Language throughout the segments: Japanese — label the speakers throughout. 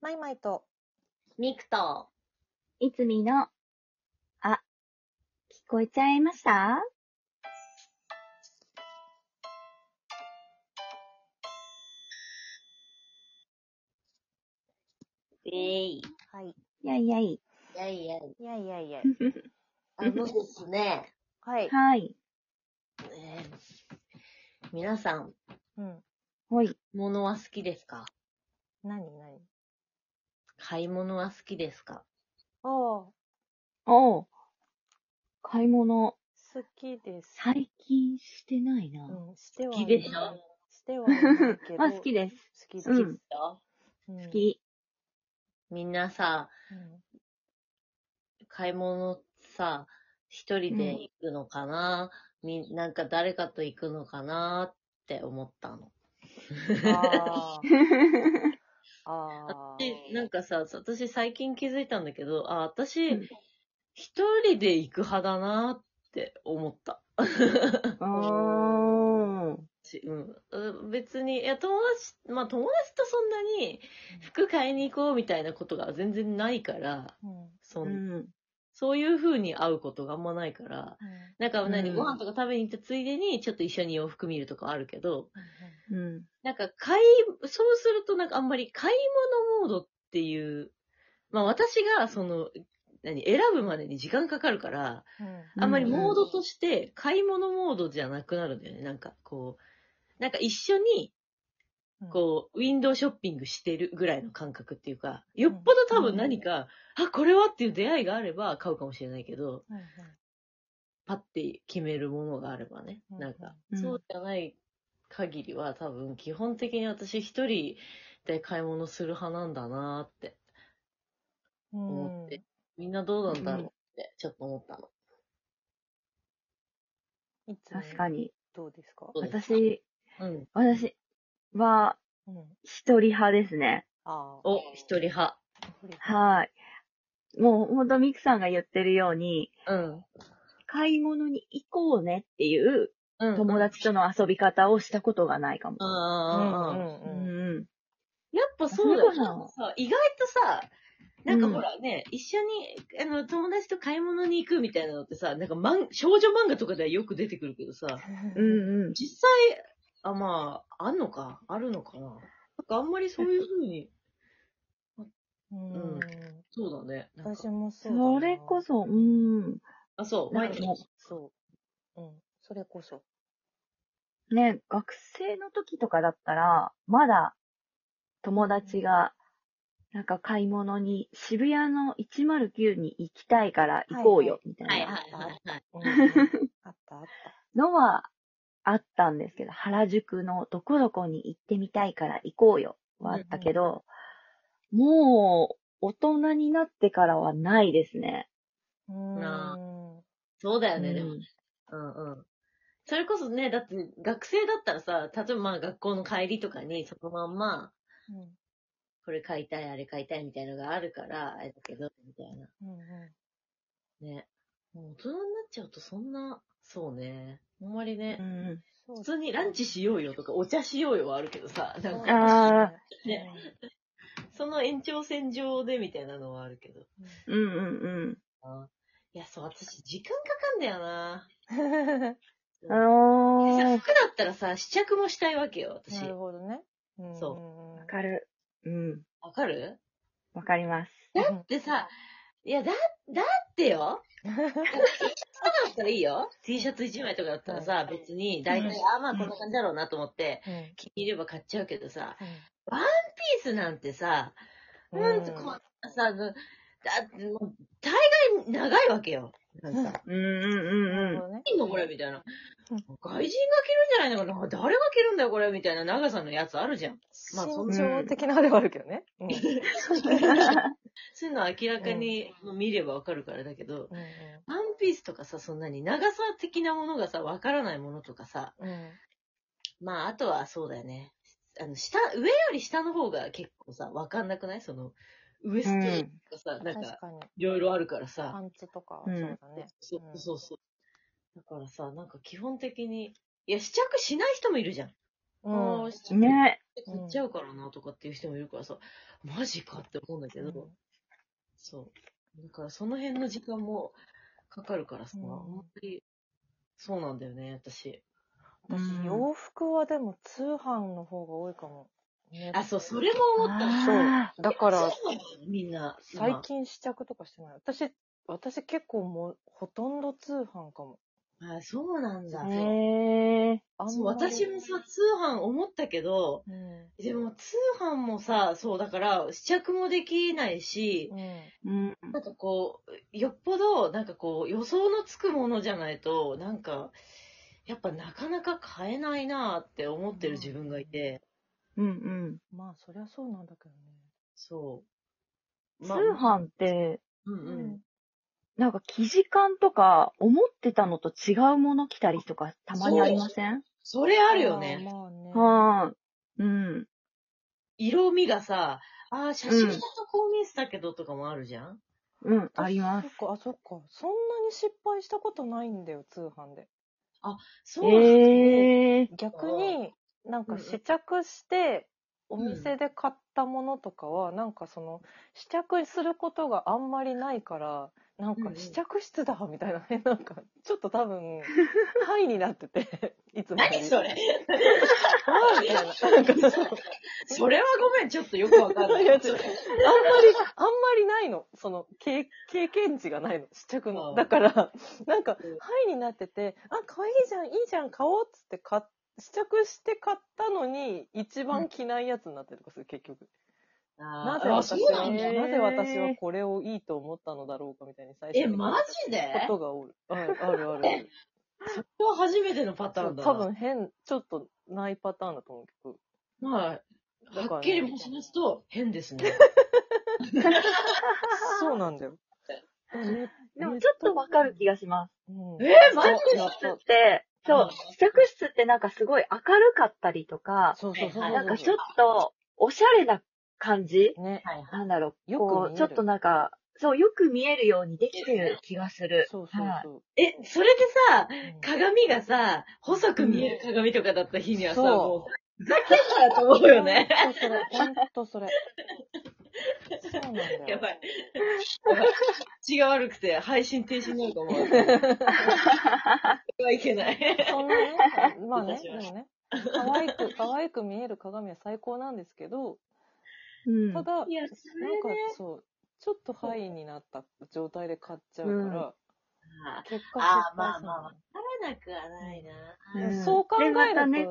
Speaker 1: マイマイと
Speaker 2: ミクと、
Speaker 3: いつみの、あ、聞こえちゃいました
Speaker 2: えい。
Speaker 1: はい
Speaker 3: いやいやい。
Speaker 2: いやいやい。
Speaker 1: いやいやいや
Speaker 2: あのですね、
Speaker 1: はい
Speaker 3: はい。
Speaker 2: えー皆さん、
Speaker 1: うん
Speaker 3: ほい。
Speaker 2: 物は好きですか
Speaker 1: 何何
Speaker 2: 買い物は好きですか
Speaker 1: ああ
Speaker 3: おう。買い物、
Speaker 1: 好きです
Speaker 3: 最近してないな。
Speaker 1: うんしては
Speaker 2: 好きでしょ
Speaker 1: いないしてはいないけど
Speaker 3: ま あ好きです。
Speaker 1: 好きです
Speaker 3: うん
Speaker 1: 好
Speaker 3: 好
Speaker 1: き
Speaker 3: き。
Speaker 2: みんなさ、
Speaker 1: うん
Speaker 2: 買い物さ、一人で行くのかな、み、なんか誰かと行くのかなって思ったの。
Speaker 1: ああああ
Speaker 2: で、なんかさ、私最近気づいたんだけど、あ、私、
Speaker 3: うん
Speaker 2: 一人で行く派だなって思った。
Speaker 3: おー。
Speaker 2: しうんうん。別に、いや、友達、まあ友達とそんなに服買いに行こうみたいなことが全然ないから、
Speaker 1: うんうん
Speaker 2: そ,、、
Speaker 3: うんん。
Speaker 2: そういう風に会うことがあんまないから、なんか何、
Speaker 3: うん
Speaker 2: ご飯とか食べに行ったついでに、ちょっと一緒に洋服見るとかあるけど、
Speaker 3: うん。
Speaker 2: なんか買い、そうするとなんかあんまり買い物モードっていう、まあ私がその、何、選ぶまでに時間かかるから、
Speaker 1: うん
Speaker 3: うん
Speaker 2: あんまりモードとして買い物モードじゃなくなるんだよね。なんかこう、なんか一緒に
Speaker 1: うん
Speaker 2: こう、ウィンドウショッピングしてるぐらいの感覚っていうか、よっぽど多分何か、あ、これはっていう出会いがあれば買うかもしれないけど、
Speaker 1: うんうん
Speaker 2: パッて決めるものがあればね。
Speaker 1: うん
Speaker 2: なんか、
Speaker 3: うん
Speaker 2: そうじゃない限りは多分基本的に私一人で買い物する派なんだなーって思って、みんなどうなんだろうってちょっと思ったの。
Speaker 1: うんいつも
Speaker 3: 確かに。
Speaker 1: どうですか
Speaker 2: どうですか、
Speaker 3: 私、
Speaker 2: うん。
Speaker 3: 私は、
Speaker 1: うん
Speaker 3: 一人派ですね。
Speaker 1: ああ
Speaker 2: お、一人派。
Speaker 3: はい。もう、ほんとミクさんが言ってるように、
Speaker 2: うん。
Speaker 3: 買い物に行こうねっていう
Speaker 2: うん。
Speaker 3: 友達との遊び方をしたことがないかも。
Speaker 2: あー
Speaker 3: うん
Speaker 1: うん
Speaker 3: うん。
Speaker 2: やっぱそうだよ。
Speaker 3: それこそ
Speaker 2: なんかさ意外とさ、なんか
Speaker 3: うん
Speaker 2: ほらね、一緒に、あの、友達と買い物に行くみたいなのってさ、なんかマン少女漫画とかではよく出てくるけどさ、
Speaker 3: う
Speaker 1: うん
Speaker 3: んうん。
Speaker 2: 実際、あ、まあ、あんのかあるのかななんかあんまりそういうふうに、
Speaker 1: うん
Speaker 2: そうだね。なんか
Speaker 1: 私もそうだな。
Speaker 3: それこそ、うん。
Speaker 2: あ、そう、
Speaker 3: な
Speaker 2: 毎
Speaker 3: んか
Speaker 2: 日。
Speaker 3: も
Speaker 1: そう。うん。それこそ。
Speaker 3: う、ね、学生の時とかだったら、まだ友達が、なんか買い物に、渋谷の109に行きたいから行こうよ、みたい
Speaker 2: はい
Speaker 3: な
Speaker 2: はいはいはい。
Speaker 1: うんあったあっ
Speaker 3: のはあったんですけど、原宿のどこどこに行ってみたいから行こうよはあったけど、もう大人になってからはないですね。
Speaker 1: た。うん
Speaker 2: なそうだよね、でも
Speaker 3: うん
Speaker 2: うんうん。それこそね、だって学生だったらさ、例えばまあ学校の帰りとかにそのまんま、
Speaker 1: うん
Speaker 2: これ買いたい、あれ買いたいみたいなのがあるから、あれだけど、みたいな。
Speaker 1: うんうん
Speaker 2: ね。もう大人になっちゃうとそんな、そうね。あんまりね、
Speaker 3: うん
Speaker 1: そう
Speaker 2: 普通にランチしようよとかお茶しようよはあるけどさ、なんか、
Speaker 3: あ
Speaker 2: ねその延長線上でみたいなのはあるけど。
Speaker 3: うんうん
Speaker 2: あいや、そう、私時間かかんだよな。
Speaker 1: ー
Speaker 3: うん。あー、わ
Speaker 2: 服だったらさ、試着もしたいわけよ、私
Speaker 1: な。るほどね。うん
Speaker 2: そう
Speaker 1: うん
Speaker 3: かる。うん。
Speaker 2: わかる
Speaker 3: わかります。
Speaker 1: うん。
Speaker 2: でさ、いや、だ、だってよ。だったらいいよ。T シャツ1枚とかだったらさ、別に、大体、あ、まあこんな感じだろうなと思って、
Speaker 1: うん
Speaker 2: 気に入れば買っちゃうけどさ、ピースなんてさ、
Speaker 1: うん
Speaker 2: なんてこうさ、ぐだってもう、大概長いわけよ。なんか、
Speaker 3: うんうん
Speaker 1: なる
Speaker 3: うん
Speaker 1: ほどね
Speaker 2: いいのこれみたいな。
Speaker 1: うん
Speaker 2: 外人が着るんじゃないのかな誰が着るんだよこれみたいな長さのやつあるじゃん。まあそん
Speaker 1: 身長的なあれはあるけどね。 うん
Speaker 2: そういうのは明らかにもう見ればわかるからだけ
Speaker 1: う
Speaker 2: ど、
Speaker 1: ん
Speaker 2: ワンピースとかさ、そんなに長さ的なものがさ、わからないものとかさ、
Speaker 1: うんうん
Speaker 2: まああとはそうだよね。あの、下、上より下の方が結構さ、わかんなくないその、ウエストとかさ、なん
Speaker 1: 確
Speaker 2: か、
Speaker 1: かに。
Speaker 2: いろいろあるからさ。
Speaker 1: パンツとか、
Speaker 3: う
Speaker 1: そ
Speaker 3: ん
Speaker 1: うだね。
Speaker 2: そうそうそう。だからさ、なんか基本的に、いや、試着しない人もいるじゃん。
Speaker 1: うんう
Speaker 2: ああ、
Speaker 1: ん
Speaker 2: し
Speaker 3: ね。
Speaker 2: 買っちゃうからなとかっていう人もいるからさ、マジかって思うんだけど、そう。だからその辺の時間もかかるからさ、
Speaker 1: うん
Speaker 2: あんまり、そうなんだよね、私。
Speaker 1: 私、洋服はでも通販の方が多いかも。ね
Speaker 2: あ、そう、それも思った。
Speaker 1: そう
Speaker 3: あ
Speaker 1: だから、
Speaker 2: そうなのみんな。
Speaker 1: 最近試着とかしてない。私、私結構もう、ほとんど通販かも。
Speaker 2: 今。あ、そうなんだ。
Speaker 3: ーへえ。
Speaker 1: あんまり
Speaker 2: そう私もさ、通販思ったけど、
Speaker 1: うん。
Speaker 2: でも通販もさ、そう、だから試着もできないし、
Speaker 1: うん。
Speaker 3: うん。
Speaker 2: なんかこう、よっぽど、なんかこう、予想のつくものじゃないと、なんか、やっぱなかなか買えないなって思ってる自分がいて、
Speaker 3: うん
Speaker 1: まあ、そりゃそうなんだけどね。
Speaker 2: そう。
Speaker 3: うん。通
Speaker 2: まあ
Speaker 3: 販って、
Speaker 2: うん
Speaker 1: う
Speaker 2: うん。。
Speaker 3: なんか生地感とか、思ってたのと違うもの着たりとか、たまにありません
Speaker 2: それあるよ
Speaker 1: あ
Speaker 2: ね。
Speaker 1: ーまあね。
Speaker 3: はーい。うん。
Speaker 2: 色味がさ、ああ、写真だとこう見えてたけどとかもあるじゃん、
Speaker 3: うん、あります。
Speaker 1: そっか、あ、そっか。そんなに失敗したことないんだよ、通販で。
Speaker 2: そうなんだ
Speaker 3: ええ。
Speaker 1: 逆に、なん
Speaker 2: う
Speaker 1: か
Speaker 2: んうん
Speaker 1: 試着して、お
Speaker 2: ん
Speaker 1: 店で買ったものとかは、なんかその、試着することがあんまりないから、なん
Speaker 2: う
Speaker 1: か
Speaker 2: んうん
Speaker 1: 試着室だみたいなね、なんか、ちょっと多 分、ハイになってて、いつもより。
Speaker 2: 何 それ
Speaker 1: あーみたいな。なんかそう
Speaker 2: それはごめん、ちょっとよくわかんな い。
Speaker 1: いや違う
Speaker 2: それ
Speaker 1: あんまり、あんまりないの。その、経経験値がないの。試着
Speaker 2: う
Speaker 1: の。
Speaker 2: ん
Speaker 1: だから、なんか、
Speaker 2: うん
Speaker 1: はいになってて、あ、可愛いじゃん、いいじゃん、買おうっつって買っ試着して買ったのに、一番着ないやつになってるとかする、結局。な
Speaker 2: あ
Speaker 1: ぜ
Speaker 2: ー
Speaker 1: 私
Speaker 2: あ、そうな
Speaker 1: は、
Speaker 2: ん
Speaker 1: な
Speaker 2: だ。
Speaker 3: ね
Speaker 1: ぜ私はこれをいいと思ったのだろうかみたいに最初
Speaker 2: え、
Speaker 1: に
Speaker 2: マジで
Speaker 1: ことがおる。うんあるあ るある。
Speaker 2: これは初めてのパターンだな。
Speaker 1: 多分変、ちょっとないパターンだと思うけど。
Speaker 2: はい。
Speaker 1: だからね
Speaker 2: はっきり申しますと、変ですね。
Speaker 1: そうなんだよ。ね
Speaker 3: でもちょっとわかる気がします。
Speaker 1: うん
Speaker 2: えマジ
Speaker 1: そうやっ
Speaker 3: だ
Speaker 1: た
Speaker 3: って、そうう、試着室ってなんかすごい明るかったりとか、
Speaker 1: そうそうそうそうそう。
Speaker 3: なんかちょっとおしゃれな感じ
Speaker 1: ね。
Speaker 2: はいはい。
Speaker 3: なんだろう、
Speaker 1: よく見える
Speaker 3: こう、ちょっとなんか、そう、よく見えるようにできてる気がす る。
Speaker 1: そうそうそう。
Speaker 2: え、それでさ、
Speaker 1: うん
Speaker 2: 鏡がさ、細く見える鏡とかだった日には
Speaker 1: そ
Speaker 2: さ、
Speaker 1: う
Speaker 2: もう、ふざけんなと思うよね。。
Speaker 1: ほんとそれ、ほんとそれ。そうなんだよ。
Speaker 2: やばい。血が悪くて配信停止になるかも。それはいけない。
Speaker 1: そんなね、まあね、
Speaker 2: 失
Speaker 1: で
Speaker 2: 礼
Speaker 1: も
Speaker 2: し
Speaker 1: ね、可愛く、可愛く見える鏡は最高なんですけど、
Speaker 3: うん
Speaker 1: ただ、なんか
Speaker 2: いや、それね。
Speaker 1: そう、ちょっとハイになった状態で買っちゃうから、
Speaker 2: あ
Speaker 1: 結果失
Speaker 2: あー、
Speaker 1: 敗
Speaker 2: まあ
Speaker 1: する
Speaker 2: まあ、わ
Speaker 1: の
Speaker 2: か。らなくはないな。
Speaker 3: うん
Speaker 1: そう考え
Speaker 3: で
Speaker 1: る
Speaker 3: また
Speaker 1: と、
Speaker 3: ね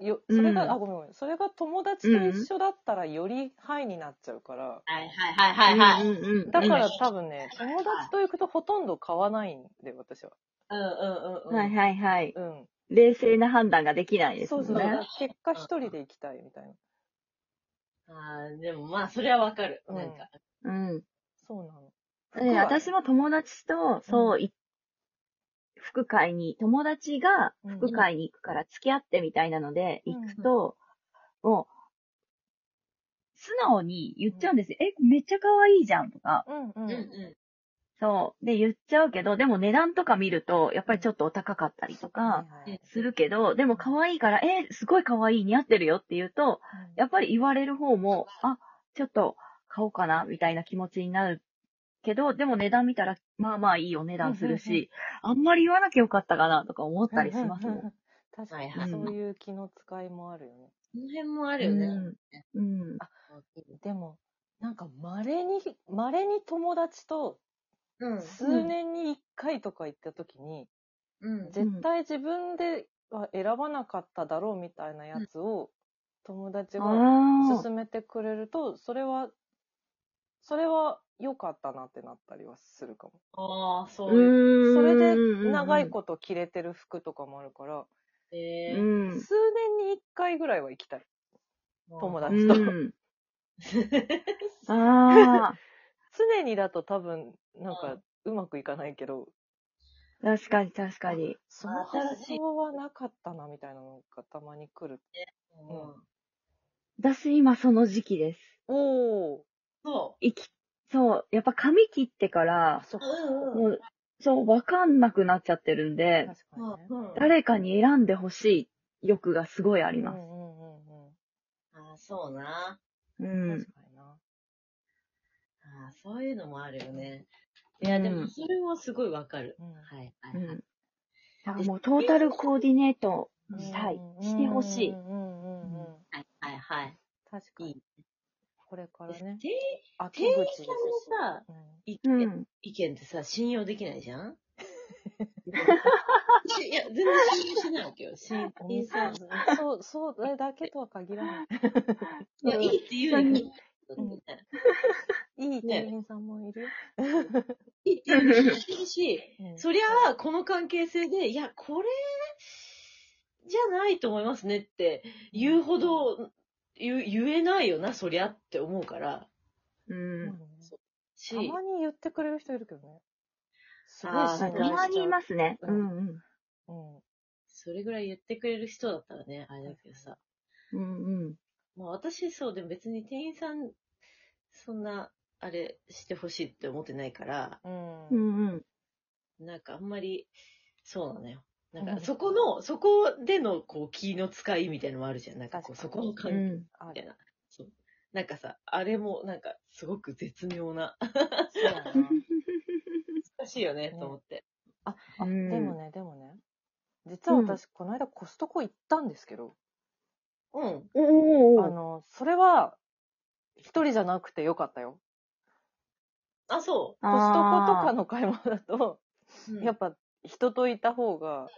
Speaker 1: よそれが、
Speaker 3: うん
Speaker 1: あ、ごめんごめん。それが友達と一緒だったらよりハイになっちゃうから、
Speaker 2: はいはいはいはいはい。
Speaker 3: うんうんうん
Speaker 1: だか
Speaker 2: う
Speaker 1: ら
Speaker 2: ん
Speaker 1: 多分ね、友達と行くとほとんど買わないんで、私は。
Speaker 2: うんうんうんうん。
Speaker 3: はいはいはい。
Speaker 1: うん。
Speaker 3: 冷静な判断ができないです
Speaker 1: そ
Speaker 3: も
Speaker 1: うんそう。だか
Speaker 3: ね
Speaker 1: ら。結果一人で行きたいみたいな。
Speaker 2: あーでもまあ、それはわかる。
Speaker 1: うん
Speaker 2: なんか。
Speaker 3: うん。
Speaker 1: そうなの。
Speaker 3: ね、私も友達と、そう、い服買いに、友達が服買いに行くから付き合ってみたいなので、
Speaker 1: うん
Speaker 3: 行くと、もう、素直に言っちゃうんですよ。え、めっちゃ可愛いじゃんとか。
Speaker 1: うんう。
Speaker 2: うんんうん。
Speaker 3: そう。で、言っちゃうけど、でも値段とか見ると、やっぱりちょっとお高かったりと
Speaker 1: は
Speaker 3: か、
Speaker 1: いはい
Speaker 3: するけど、でも可愛いから、え、すごい可愛い、似合ってるよって言うと、やっぱり言われる方も、あ、ちょっと買おうかな、みたいな気持ちになるけど、でも値段見たら、まあまあいいお値段する
Speaker 1: うんうん
Speaker 3: し、あんまり言わなきゃよかったかな、とか思っ
Speaker 1: うん
Speaker 3: たりしますも
Speaker 1: うんんうんうん 確か
Speaker 2: はいは
Speaker 1: に、
Speaker 3: い
Speaker 1: そういう気の使いもあるよね。
Speaker 2: この辺もあるよね。
Speaker 3: うん。うん。
Speaker 1: でも、なんか稀に、稀に友達と
Speaker 2: うん。
Speaker 1: 数年に一回とか行った時に、
Speaker 2: うん。
Speaker 1: 絶対自分では選ばなかっただろうみたいなやつを、友達が
Speaker 3: ああ。
Speaker 1: 進めてくれると、それは、それは良かったなってなったりはするかも。
Speaker 2: ああ、そう
Speaker 3: う
Speaker 2: いう。
Speaker 3: ん。
Speaker 1: それで長いこと着れてる服とかもあるから、
Speaker 2: え
Speaker 3: う
Speaker 2: ー
Speaker 1: 数
Speaker 3: ん。
Speaker 1: 年に一回ぐらいは行きたい。友達
Speaker 3: う
Speaker 1: と。
Speaker 3: ん。ああ。
Speaker 1: 常にだと多分、なんか、うまくいかないけど、
Speaker 3: 確かに確かに。
Speaker 1: その発想はなかったな、みたいなのがたまに来る。
Speaker 2: うん
Speaker 3: 私今その時期です。
Speaker 1: おー
Speaker 2: そ
Speaker 3: 生き、そう、やっぱ髪切ってか
Speaker 1: あ、
Speaker 3: ら、
Speaker 1: そっ
Speaker 2: う。
Speaker 1: か。
Speaker 2: うん
Speaker 3: もう、そう、わかんなくなっちゃってるんで、
Speaker 1: 確かにね。
Speaker 2: うん。
Speaker 3: 誰かに選んでほしい欲がすごいあり
Speaker 1: う
Speaker 3: ま
Speaker 1: ん
Speaker 3: す。
Speaker 1: うんうん
Speaker 2: そうな。
Speaker 3: うん
Speaker 1: 確。かにな。
Speaker 2: ああそういうのもあるよね。いや、で
Speaker 3: う
Speaker 2: も、
Speaker 3: ん
Speaker 2: それもすごいわかる。
Speaker 1: うん
Speaker 2: はい、は
Speaker 3: う
Speaker 2: い、はい
Speaker 3: ん。あもうトータルコーディネート
Speaker 2: うん
Speaker 3: したい。
Speaker 1: うん
Speaker 3: してほしい
Speaker 1: うんうんうんうんうん。
Speaker 2: はい、はい、はい。
Speaker 1: 確か
Speaker 2: いい
Speaker 1: に。これから
Speaker 2: で
Speaker 1: ね、
Speaker 2: 店
Speaker 1: 秋
Speaker 2: 店員
Speaker 1: 口ですし。
Speaker 2: さんのさ、
Speaker 1: うん
Speaker 2: 意
Speaker 3: う
Speaker 2: 見
Speaker 3: ん。
Speaker 2: 意見ってさ、信用できないじゃんいや、全然信用しないわけよ。信
Speaker 1: い
Speaker 2: 用
Speaker 1: い
Speaker 2: さん。
Speaker 1: そう、そう、それだけとは限らない。
Speaker 2: いや、いいって言うに、
Speaker 1: うん
Speaker 2: ね
Speaker 1: いい店員さんもいるよ。
Speaker 2: いいって言うに決まってるし、
Speaker 1: うん
Speaker 2: そりゃあ、この関係性で、いや、これ、じゃないと思いますねって言うほど、言う言えないよな、そりゃって思うから。
Speaker 3: うん。
Speaker 2: した
Speaker 1: まに言ってくれる人いるけどね。すごい
Speaker 2: あー
Speaker 1: 信頼
Speaker 3: た
Speaker 1: しちゃう
Speaker 3: まにいますね。
Speaker 1: う
Speaker 3: うんんうん。
Speaker 1: うん。
Speaker 2: それぐらい言ってくれる人だったらね、あれだけどさ。
Speaker 3: うんうん。
Speaker 2: まあ私そうでも別に店員さん、そんな、あれしてほしいって思ってないから、
Speaker 1: うん。
Speaker 3: う
Speaker 1: うん
Speaker 3: んうん。
Speaker 2: なんかあんまり、そうなのよ。な
Speaker 1: うんん
Speaker 2: かそこの、そこでのこう気の使いみたいのもあるじゃん。なんかこう、そ
Speaker 1: 確
Speaker 2: こ
Speaker 1: か
Speaker 2: の
Speaker 1: に
Speaker 2: 関
Speaker 3: う
Speaker 2: 係
Speaker 3: ん。
Speaker 1: あ
Speaker 2: みたい
Speaker 1: る。
Speaker 2: な。そう。なんかさ、あれもなんかすごく絶妙な、
Speaker 1: そうだな。
Speaker 2: 難しいよね、と思って。
Speaker 1: あ、あ
Speaker 3: う
Speaker 1: で
Speaker 3: ん
Speaker 1: もね、でもね。実は私、この間コストコ行ったんですけど、
Speaker 2: うん。
Speaker 3: おお
Speaker 1: あの、それは、一人じゃなくてよかったよ。
Speaker 2: あ、そ
Speaker 1: コストコとかの買い物だと、
Speaker 2: う。うん
Speaker 1: やっぱ人といた方が、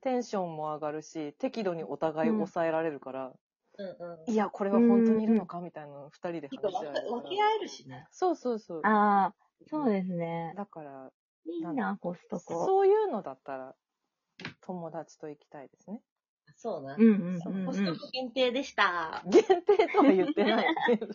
Speaker 1: テンションも上がるし、適度にお互い抑えられるから、
Speaker 2: うんうん。
Speaker 1: いや、これは本当にいるのかみたいなのを二人で
Speaker 2: てか
Speaker 1: 話し合え
Speaker 2: 分
Speaker 1: るか
Speaker 2: か
Speaker 1: ら
Speaker 2: 分け合えるしね。
Speaker 1: そうそうそう。
Speaker 3: ああ、そうですね。
Speaker 1: だから、
Speaker 3: いいな、コストコ。
Speaker 1: そういうのだったら、友達と行きたいですね。
Speaker 2: そうな。
Speaker 3: うんうん
Speaker 2: そう
Speaker 3: うん
Speaker 2: コ
Speaker 3: う
Speaker 2: スト
Speaker 3: ん。
Speaker 2: コ限定でした。
Speaker 1: 限定とは言ってないけど。